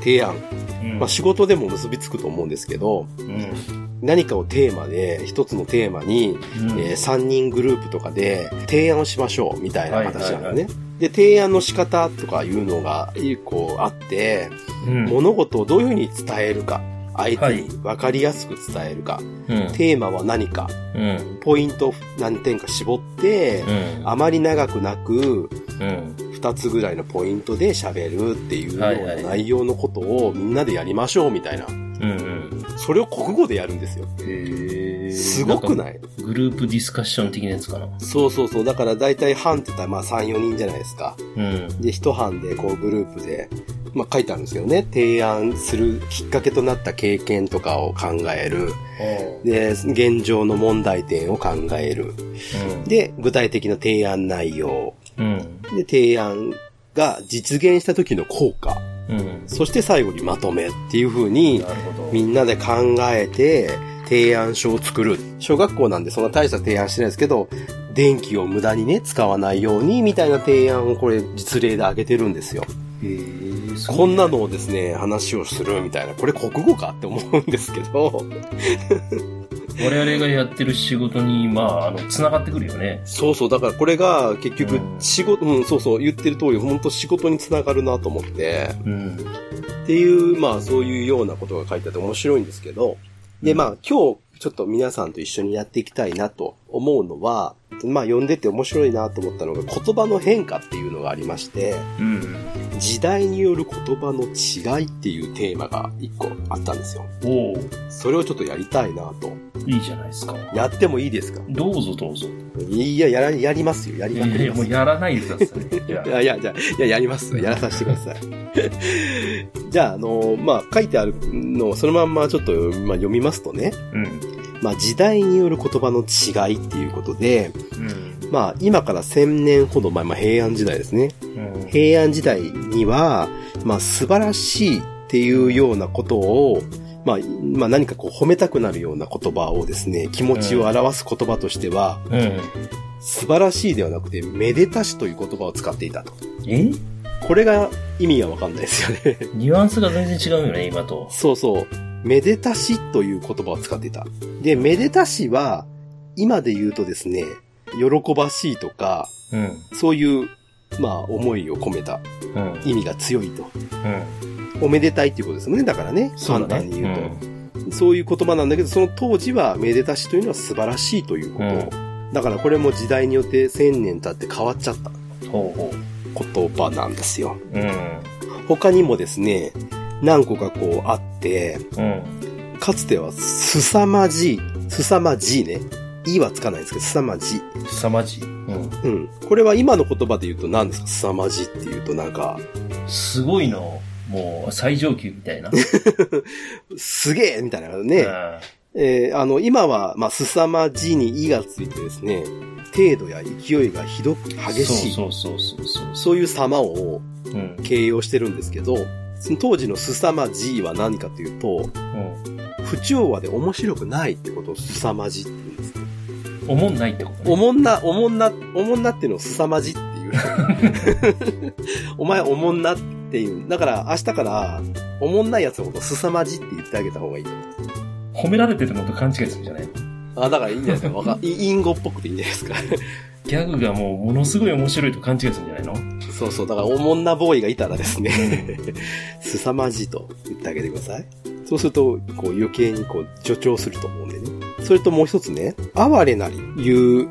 C: 提案。
B: うん。
C: まあ仕事でも結びつくと思うんですけど、
B: うん。
C: 何かをテーマで、一つのテーマに、
B: うん
C: え3人グループとかで提案をしましょうみたいな形なんだ
B: は
C: よ
B: いはい
C: ね。で、提案の仕方とかいうのが一個あって、
B: うん
C: 物事をどういうふうに伝えるか、相
B: は
C: 手
B: い
C: に分かりやすく伝えるか、
B: うん。
C: テーマは何か、
B: うん。
C: ポイントを何点か絞って、
B: うん。
C: あまり長くなく、
B: うん。
C: 2つぐらいのポイントで喋るっていうよ
B: はいは
C: う
B: い
C: な内容のことをみんなでやりましょうみたいな。
B: うん。
C: それを国語でやるんですよ。
B: うん。へえ。
C: すごく
B: んか
C: ない
B: グループディスカッション的なやつかな。
C: そうそうそう。だから大体班って言ったらまあ3、4人じゃないですか。
B: うん。
C: で、一班でこうグループで、まあ書いてあるんですけどね。提案するきっかけとなった経験とかを考える。で、現状の問題点を考える。で、具体的な提案内容。
B: うん。うん。
C: で、提案が実現した時の効果。
B: うん。
C: そして最後にまとめっていう風に、
B: なるほど。
C: みんなで考えて、提案書を作る。小学校なんでそんな大した提案してないですけど、電気を無駄にね、使わないように、みたいな提案をこれ、実例で挙げてるんですよ。
B: へえすごいね
C: こんなのをですね、話をするみたいな。これ国語かって思うんですけど。
B: 我々がやってる仕事に、まあ、あの、繋がってくるよね。
C: そうそう、だからこれが結
B: う
C: 局
B: ん、
C: 仕事、うん、そうそう、言ってる通り、本当仕事につながるなと思って。
B: うん。
C: っていう、まあそういうようなことが書いてあって面白いんですけど、で、まあ今日ちょっと皆さんと一緒にやっていきたいなと思うのは、まあ読んでて面白いなと思ったのが言葉の変化っていうのがありまして、
B: うん。
C: 時代による言葉の違いっていうテーマが一個あったんですよ。
B: おお
C: それをちょっとやりたいなと。
B: いいじゃないですか。
C: やってもいいですか
B: どうぞどうぞ。
C: いや、やら、やりますよ。や
B: い
C: り
B: や
C: まく
B: い
C: り
B: や、
C: ま
B: も
C: す
B: うやらない <laughs> でください。いや
C: いやいや、じゃあ、いや、やります。やらさせてください。 <laughs> じゃあ、あの、まあ、書いてあるのをそのまんまちょっと、まあ、読みますとね、
B: うん。
C: まあ、時代による言葉の違いっていうことで、
B: うん。
C: まあ、今から1000年ほど前、まあ、平安時代ですね。
B: うん。
C: 平安時代には、まあ、素晴らしいっていうようなことを、まあ、まあ、何かこう褒めたくなるような言葉をですね、気持ちを表す言葉としては、
B: うん。
C: 素晴らしいではなくて、めでたしという言葉を使っていたと。
B: え
C: これが意味がわかんないですよね。
B: ニュアンスが全然違うよね、今と。
C: そうそう。めでたしという言葉を使っていた。で、めでたしは、今で言うとですね、喜ばしいとか、
B: うん。
C: そういう、まあ、思いを込めた
B: うん。
C: 意味が強いと。
B: うん。
C: おめでたいっていうことですもんね、だからね。
B: そう
C: 簡
B: だ
C: 単
B: ね。
C: に言うと。そういう言葉なんだけど、その当時は、めでたしというのは素晴らしいということ。だからこれも時代によって千年経って変わっちゃった
B: うん。ほうほ
C: 言葉なんですよ。
B: う。うん。
C: 他にもですね、何個かこうあって、
B: うん。
C: かつては、すさまじい。すさまじいね。いはつかないんですけど、すさまじい。
B: 凄まじい。うん。
C: うん。これは今の言葉で言うと何ですかすさまじいっていうとなんか、
B: すごいな。もう、最上級みたいな。
C: すげえみたいなね。えーあの、今は、まあ、すさまじいにいがついてですね、程度や勢いがひどく
B: うん
C: 激しい。そう
B: そうそうそうそうそ
C: いう様を
B: う。うん。
C: 形容してるんですけど、その当時のすさまじいは何かというと、
B: う
C: 不調和で面白くないってことをすさまじいって言うんですよ。
B: ん。おもんないってことね。
C: おもんな、おもんな、おもんなっていうのをすさまじっていう。 <laughs> お前おもんなっていう。だから明日から、おもんないやつのことをすさまじって言ってあげた方がいいと思う。
B: 褒められてるのと勘違いするんじゃない
C: あ、だからいいんじゃないですか。わか、いインゴっぽくていいんじゃないですか。
B: ギャグがもうものすごい面白いと勘違いするんじゃないの
C: そうそう。だからおもんなボーイがいたらですね、すさまじと言ってあげてください。そうすると、こう余計にこう助長すると思うんでね。それともう一つね、哀れなりいう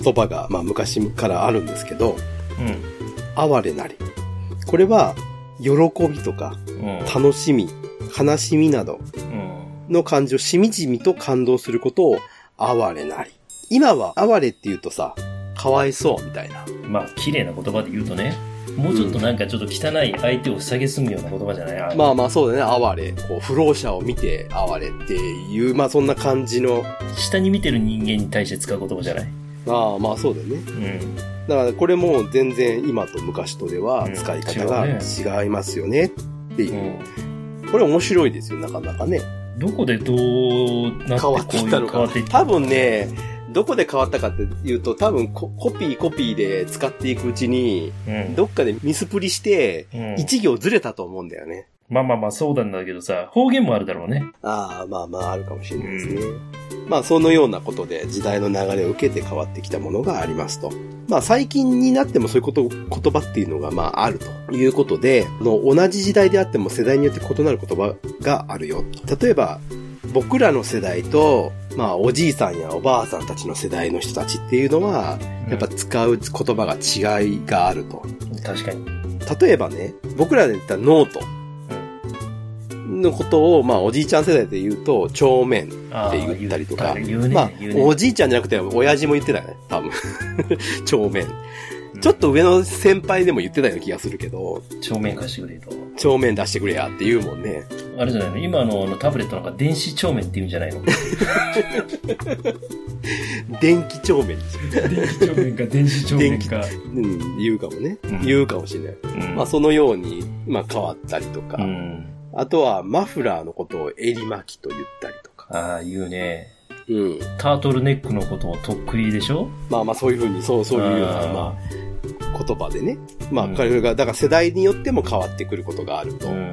C: 言葉が、まあ昔からあるんですけど、
B: うん。
C: 哀れなり。これは、喜びとか、
B: うん。
C: 楽しみ、悲しみなど
B: うん。
C: の感情、しみじみと感動することを、哀れなり。今は、哀れって言うとさ、かわいそう、みたいな。
B: まあ、綺麗な言葉で言うとね、もうちょっとなんかちょっと汚い相手を下げすむような言葉じゃないあ
C: まあまあそうだね、哀れ。こう、不老者を見て、哀れっていう、まあそんな感じの、
B: 下に見てる人間に対して使う言葉じゃない
C: まあまあそうだよね。
B: うん。
C: だからこれも全然今と昔とでは使い方が違いますよねっていう。これ面白いですよ、なかなかね。
B: どこでどうなって
C: 変
B: こ
C: わ
B: う
C: って
B: い
C: いう
B: 変
C: ったの
B: わ
C: か
B: っていっ。た
C: 多分ね、どこで変わったかっていうと、多分ココピーコピーで使っていくうちに、
B: うん
C: どっかでミスプリして、
B: うん
C: 一行ずれたと思うんだよね。
B: まあまあまあそうなんだけどさ、方言もあるだろうね。
C: ああ、まあまああるかもしれないですね。まあそのようなことで時代の流れを受けて変わってきたものがありますと。まあ最近になってもそういうこと、言葉っていうのがまああるということで、あの同じ時代であっても世代によって異なる言葉があるよ。例えば、僕らの世代と、まあおじいさんやおばあさんたちの世代の人たちっていうのは、やっぱ
B: う
C: 使う言葉が違いがあると。
B: ん確かに。
C: 例えばね、僕らで言ったノートのことを、まあおじいちゃん世代で言うと、帳面。
B: ああ
C: って言ったりとか
B: 言うね
C: まあ、
B: 言う
C: お
B: ね。
C: じいちゃんじゃなくて、親父も言ってたよね、多分。 <laughs> 帳面。ちょっと上の先輩でも言ってたような気がするけど、
B: 正面貸してくれと。
C: 帳面出してくれやって言うもんね。
B: あれじゃないの今のあのタブレットなんか電子帳面って言うんじゃないの
C: 電気帳面ですよ
B: <laughs> 電子帳面か電子帳
C: 面
B: か。
C: うん、言うかもね
B: うん。
C: 言うかもしれない。
B: うん
C: まあ、そのように、まあ、変わったりとか
B: う。ん。
C: あとは、マフラーのことを襟巻きと言ったりとか。
B: ああ、言うね。
C: うん。
B: タートルネックのことをとっくりでしょ
C: まあまあ、そういうふうに、そう、そういうような、ま
B: あ
C: あ、言葉でね。まあ、
B: うん
C: これが、だから世代によっても変わってくることがあると。
B: ーうん。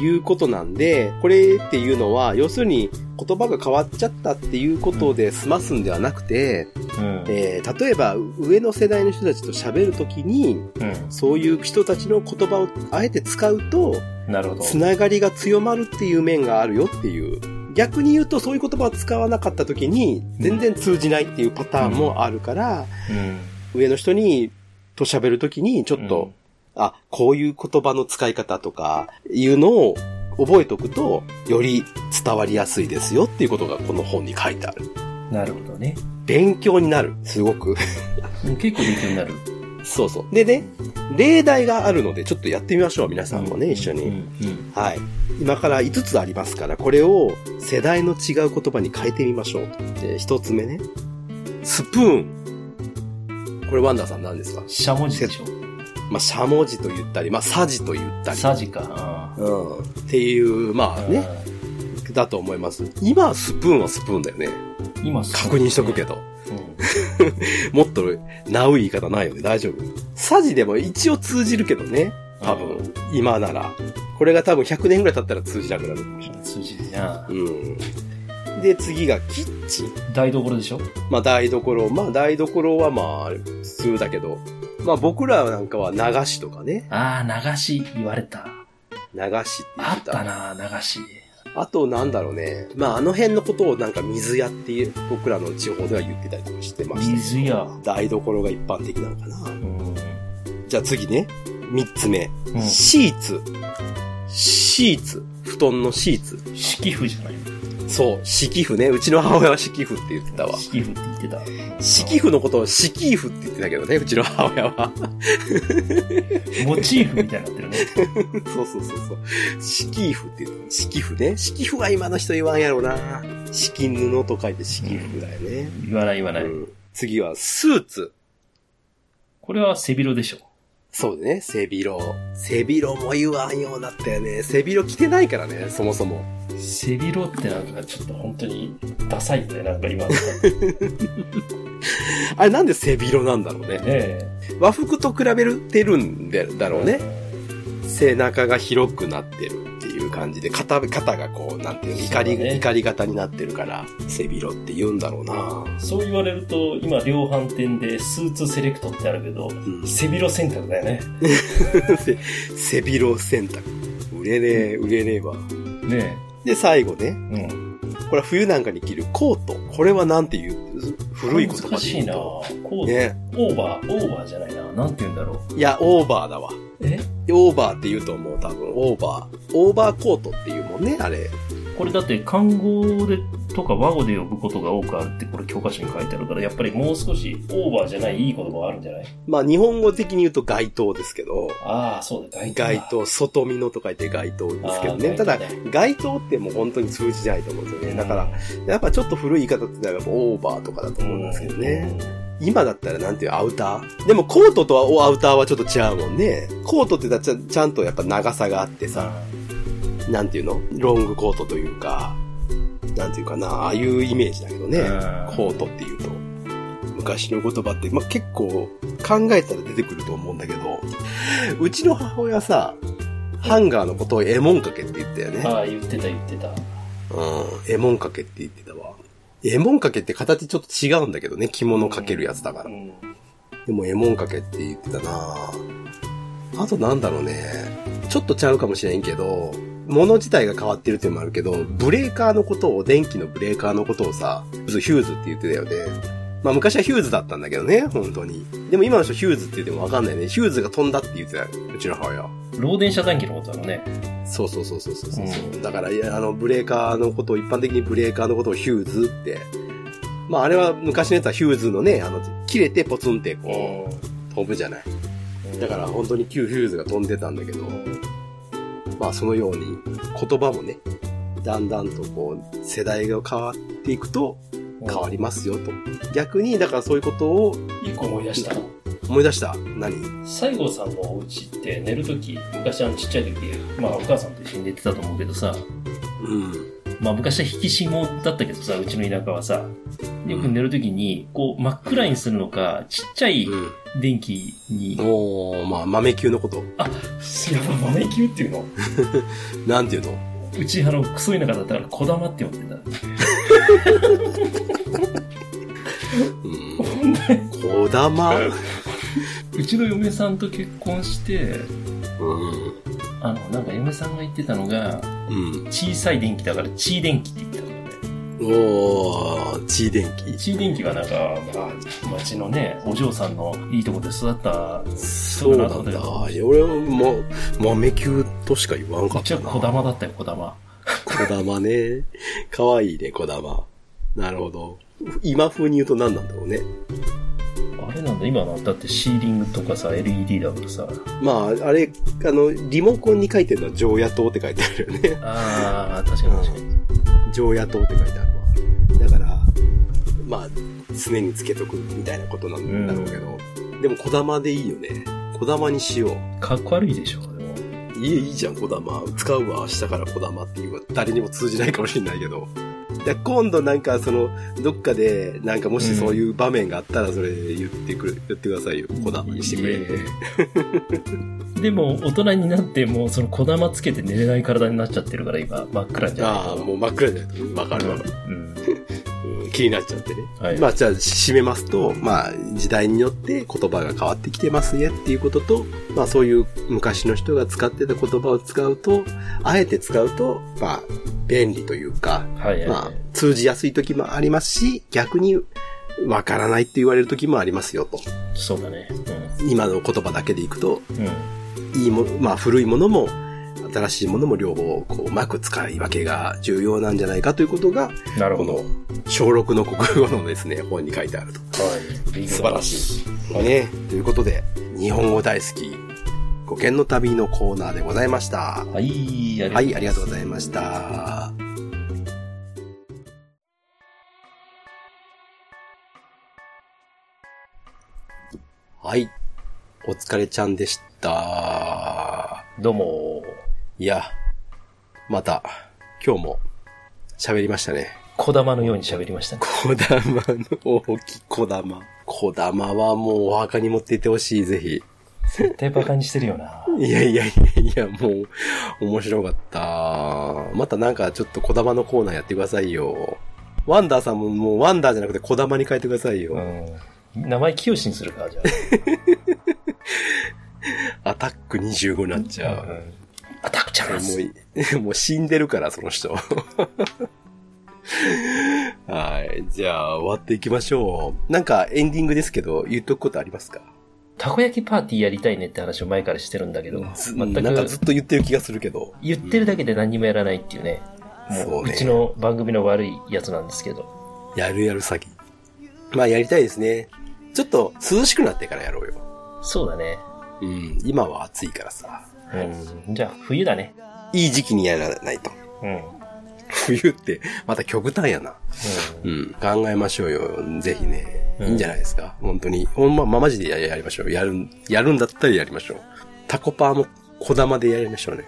C: いうことなんで、これっていうのは、要するに言葉が変わっちゃったっていうことで済ますんではなくて、
B: うん。
C: えー例えば上の世代の人たちと喋るときに、
B: うん
C: そういう人たちの言葉をあえて使うと、
B: なるほど。
C: つながりが強まるっていう面があるよっていう。逆に言うと、そういう言葉を使わなかったときに、全然通じないっていうパターンもあるから、
B: うん。
C: 上の人に、と喋るときに、ちょっと、あ、こういう言葉の使い方とかいうのを覚えておくと、より伝わりやすいですよっていうことがこの本に書いてある。
B: うん。なるほどね。
C: 勉強になる。すごく。 <laughs>
B: うん結構勉強になる。
C: そうそう。でね、例題があるので、ちょっとやってみましょう。皆さんもね、一緒
B: うん
C: に。。
B: うん
C: はい。今から5つありますから、これを世代の違う言葉に変えてみましょう。で、1つ目ね。スプーン。これワンダーさん何ですか
B: しゃもじでしょ
C: まあ、しゃもじと言ったり、まあ、さじと言ったり。
B: さじか。あ
C: うん。っていう、まあ
B: ー
C: ね、。だと思います。今はスプーンはスプーンだよね。
B: 今、
C: 確認しとくけ
B: ど。
C: ど。
B: うん
C: もっと、なう言い方ないよね。大丈夫。サジでも一応通じるけどね。多
B: う
C: 分、今なら。これが多分100年ぐらい経ったら通じなくなるかもしれない。
B: 通じるな。
C: うん。で、次がキッチン。
B: 台所でしょ
C: まあ、台所。まあ、台所はまあ、普通だけど。まあ、僕らなんかは流しとかね。
B: ああ、流し、言われた。
C: 流しって言
B: あ
C: って。
B: ったたな、流し。
C: あと、なんだろうね。まあ、あの辺のことをなんか水屋っていう、僕らの地方では言ってたりとかしてましたけど。
B: 水や。
C: 台所が一般的なのか
B: う
C: な。
B: ん。
C: じゃあ次ね。三つ目。
B: うん。
C: シーツ。シーツ。布団のシーツ。
B: 敷布じゃない
C: そう、敷布ね。うちの母親は敷布って言ってたわ。
B: 敷布って言ってた。
C: 敷布のことを敷布って言ってたけどね、うちの母親は。 <laughs>
B: モチーフみたいになってるね。
C: そうそうそうそう。敷布って言ってた。敷布ね。敷布は今の人言わんやろな。敷布と書いて敷布だよね。
B: 言わない言わない。
C: うん次は、スーツ。
B: これは背広でしょ
C: そうね、背広。背広も言わんようになったよね。背広着てないからね、そもそも。
B: 背広ってなんかちょっと本当にダサいよね、なんか今の。ね
C: あれなんで背広なんだろうね。
B: <laughs> え。
C: 和服と比べてるんでだろうね。背中が広くなってるっていう感じで、肩、肩がこう、なんていうの、怒り、
B: そうだね
C: 怒り型になってるから、背広って言うんだろうな。
B: そう言われると、今量販店でスーツセレクトってあるけど、
C: ん <laughs>
B: 背広選択だよね。
C: せ背広選択。売れねえ、売れねえわ。
B: ね
C: で、最後ね。
B: え。うん。
C: これは冬なんかに着るコート。これはなんていう、古い言葉
B: 難
C: で
B: しい
C: 言う
B: な
C: と。
B: こう、
C: ね。
B: オーバー、オーバーじゃないな。なんて言うんだろう。
C: いや、オーバーだわ。
B: え
C: オーバーって言うと思う、多分。オーバー。オーバーコートっていうもんね、あれ。
B: これだって漢語でとか和語で呼ぶことが多くあるってこれ教科書に書いてあるからやっぱりもう少しオーバーじゃないいい言葉があるんじゃない
C: まあ、日本語的に言うと街頭ですけど、
B: ああそうだ街頭
C: 街頭、外見のと書いて街頭ですけど
B: あ
C: ね。
B: ー
C: ただ
B: 街頭、
C: 街頭ってもう本当に通じないと思うんですよね。だから、やっぱちょっと古い言い方って言ったらオーバーとかだと思うんですけどね。今だったらなんていうアウターでもコートとはアウターはちょっと違うもんね。コートってだちゃちゃんとやっぱ長さがあって
B: さ
C: さ、なんていうのロングコートというか、なんていうかな、ああいうイメージだけどね。コートっていうと。昔の言葉って、まあ、結構考えたら出てくると思うんだけど、うちの母親さ、ハンガーのことをエモンかけって言ったよね。
B: ああ言ってた言ってた
C: うん。エモンかけって言ってたわ。エモンかけって形ちょっと違うんだけどね。着物かけるやつだから
B: う。ん
C: でもエモンかけって言ってたなあとなんだろうね。ちょっとちゃうかもしれんけど、物自体が変わってるっていうのもあるけど、ブレーカーのことを、電気のブレーカーのことをさ、ヒューズって言ってたよね。まあ昔はヒューズだったんだけどね、本当に。でも今の人ヒューズって言ってもわかんないね。ヒューズが飛んだって言ってたようちの母親。
B: 漏電遮断機のことなのね
C: そうそうそうそうそうそう、
B: う
C: だから、いやあの、ブレーカーのことを、一般的にブレーカーのことをヒューズって。まあ、あれは昔のやつはヒューズのね、あの、切れてポツンってこう、飛ぶじゃない。だから本当に旧ヒューズが飛んでたんだけど、まあそのように言葉もね、だんだんとこう、世代が変わっていくと変わりますよと。逆に、だからそういうことを
B: 一個思い出した
C: 思い出した。何
B: 西郷さんのお家って寝るとき昔あのちっちゃい時まあお母さんと一緒に寝てたと思うけどさ
C: うん。
B: まあ昔は引き締もだったけどさうちの田舎はさよく寝るときにこう真っ暗にするのかちっちゃい
C: うん。
B: 電気に、
C: おー、まあ豆球のこと。
B: やっぱ豆球っていうの
C: なんていうの
B: うちあのクソ田舎だったから小玉って呼んで
C: うん。
B: た
C: 小玉
B: うちの嫁さんと結婚して
C: うん。
B: あのなんか嫁さんが言ってたのが
C: うん。
B: 小さい電気だから地電気って言ってたのね
C: おー、地電気。
B: 地電気はなんか、まあ、町のねお嬢さんのいいとこで育った
C: そうなんだ。俺はもう、豆球としか言わんか
B: う
C: っ
B: ち
C: た
B: は
C: な。
B: 小玉だったよ小玉
C: 小玉ね。かわいいね、小玉。なるほど。今風に言うと何なんだろうね。
B: あれなんだ今のだってシーリングとかさ LED だからさ
C: まあ、あれ、あの、リモコンに書いてるのは常夜灯って書いてあるよね。
B: ああ確かに確かに
C: 常夜灯って書いてあるわ。だから、まあ、常につけとくみたいなことなんだろうけど。でも、小玉でいいよね。小玉にしよう。
B: かっこ悪いでしょでも
C: いいいいじゃん、小玉。使うわ、明日から小玉っていうは誰にも通じないかもしれないけど。いや今度なんかその、どっかで、なんかもしそういう場面があったらそれ言ってくれ、言ってくださいよ。小玉にしてくれって。
B: でも、大人になって、もうその小玉つけて寝れない体になっちゃってるから、今、真っ暗じゃない
C: ああ、もう真っ暗じゃないと。わかるわかる、
B: うん。
C: うん気になっちゃってね。
B: はい。
C: まあじゃあ、締めますと、まあ、時代によって言葉が変わってきてますねっていうことと、まあそういう昔の人が使ってた言葉を使うと、あえて使うと、まあ、便利というか、
B: はいはい、
C: まあ、通じやすい時もありますし、逆に、わからないって言われる時もありますよと。
B: そうだね。
C: 今の言葉だけでいくと、
B: うん。うん。
C: いいも、まあ、古いものも、新しいものも両方、こう、うまく使い分けが重要なんじゃないかということが、
B: なる
C: こ
B: ほど。は、
C: の小6の国語のですね、本に書いてあると。
B: い。
C: 素晴らしい。ね。ということで、日本語大好き、語源の旅のコーナーでございました。
B: はい、ありがとうございます
C: はい、ありがとうございました。はい。お疲れちゃんでした。
B: どうも。
C: いや、また、今日も、喋りましたね。
B: 小玉のように喋りましたね。
C: 小玉の大きい小玉。小玉はもうお墓に持っていってほしい、ぜひ。
B: 絶対バカにしてるよな。
C: いやいやいやいや、もう、面白かった。またなんかちょっと小玉のコーナーやってくださいよ。ワンダーさんももうワンダーじゃなくて小玉に変えてくださいよ。
B: うん。名前清しにするか、じゃ
C: アタック25になっち
B: あ。
C: ゃ
B: う
C: う。
B: んアタックチャン
C: も
B: ス
C: うい、もう死んでるから、その人。はい。じゃあ、終わっていきましょう。なんか、エンディングですけど、言っとくことありますか
B: たこ焼きパーティーやりたいねって話を前からしてるんだけど、
C: ず
B: 全
C: なんかずっ
B: く
C: と言ってる気がするけど。
B: 言ってるだけで何にもやらないっていうね。
C: そ
B: も
C: う
B: う、
C: ね
B: うちの番組の悪いやつなんですけど。
C: やるやる詐欺。まあ、やりたいですね。ちょっと、涼しくなってからやろうよ。
B: そうだね。
C: うん。今は暑いからさ。
B: うん。じゃあ、冬だね。
C: いい時期にやらないと。 <laughs>
B: うん。
C: 冬って、また極端やな。うん。考えましょうよ。ぜひね。
B: うん
C: いいんじゃないですか。本当に。ほんま、まあ、マジでややりましょう。やるん、やるんだったらやりましょう。タコパーも小玉でやりましょうね。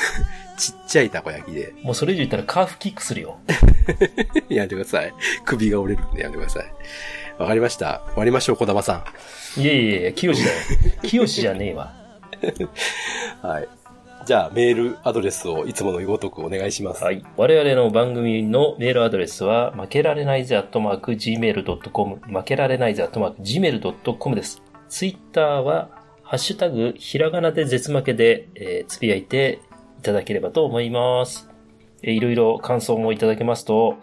C: <laughs> ちっちゃいたこ焼きで。
B: う
C: <laughs>
B: ん。もうそれ以上言ったらカーフキックするよ。
C: やってください。首が折れるんでやめてください。わかりました。終わりましょう、小玉さ
B: いやいやいや、清だよ。清じゃねえわ。
C: ん。はい。じゃあ、メールアドレスをいつものごとくお願いします。
B: はい。我々の番組のメールアドレスは、負けられないぜ、アットマーク、gmail.com、負けられないぜ、アットマーク、gmail.com です。ツイッターは、ハッシュタグ、ひらがなで絶負けで、えーつぶやいていただければと思います。えーいろいろ感想もいただけますと、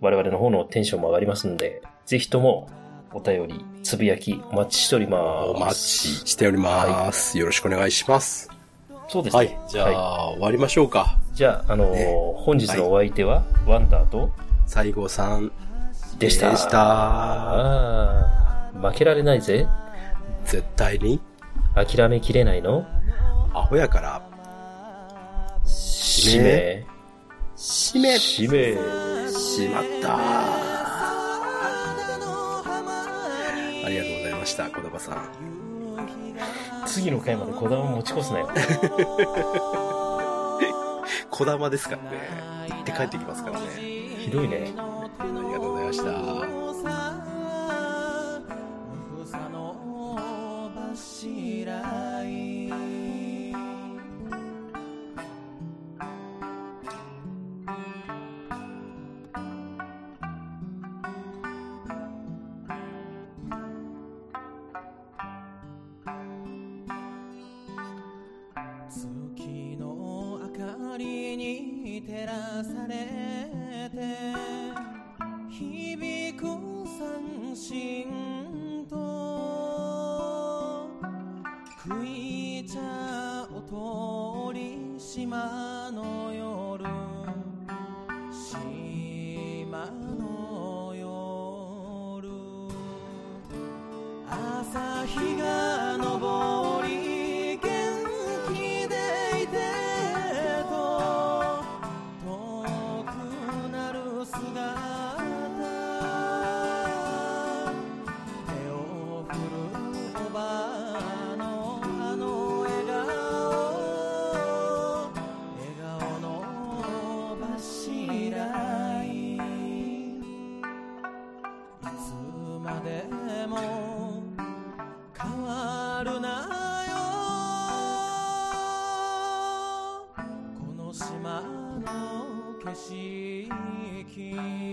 B: 我々の方のテンションも上がりますので、ぜひとも、お便り、つぶやき、お待ちしております。
C: お待ちしております。よろしくお願いします。
B: そうですね。
C: はい。じゃあ、
B: は
C: 終わりましょうか。
B: いじゃあ、あのー
C: ね
B: 本日のお相手は、ワンダーと、
C: 西郷さん
B: でした。
C: でした。
B: ああ、負けられないぜ。
C: 絶対に、
B: 諦めきれないの
C: アホやから、
B: しめ。
C: しめ、し
B: しめ。
C: まった。ありがとうございました、小玉さん。
B: 次の回までこだま持ち越すなよ。
C: 小玉ですからね。行って帰ってきますからね。
B: ひどいね。
C: ありがとうございました。
D: 月の明かりに照らされて響く三振と食い茶お通り島の夜島の夜朝日が昇り元気でいてと遠くなる姿手を振るおばあのあの笑顔笑顔の柱にいつまでも変わるなよこの島の景色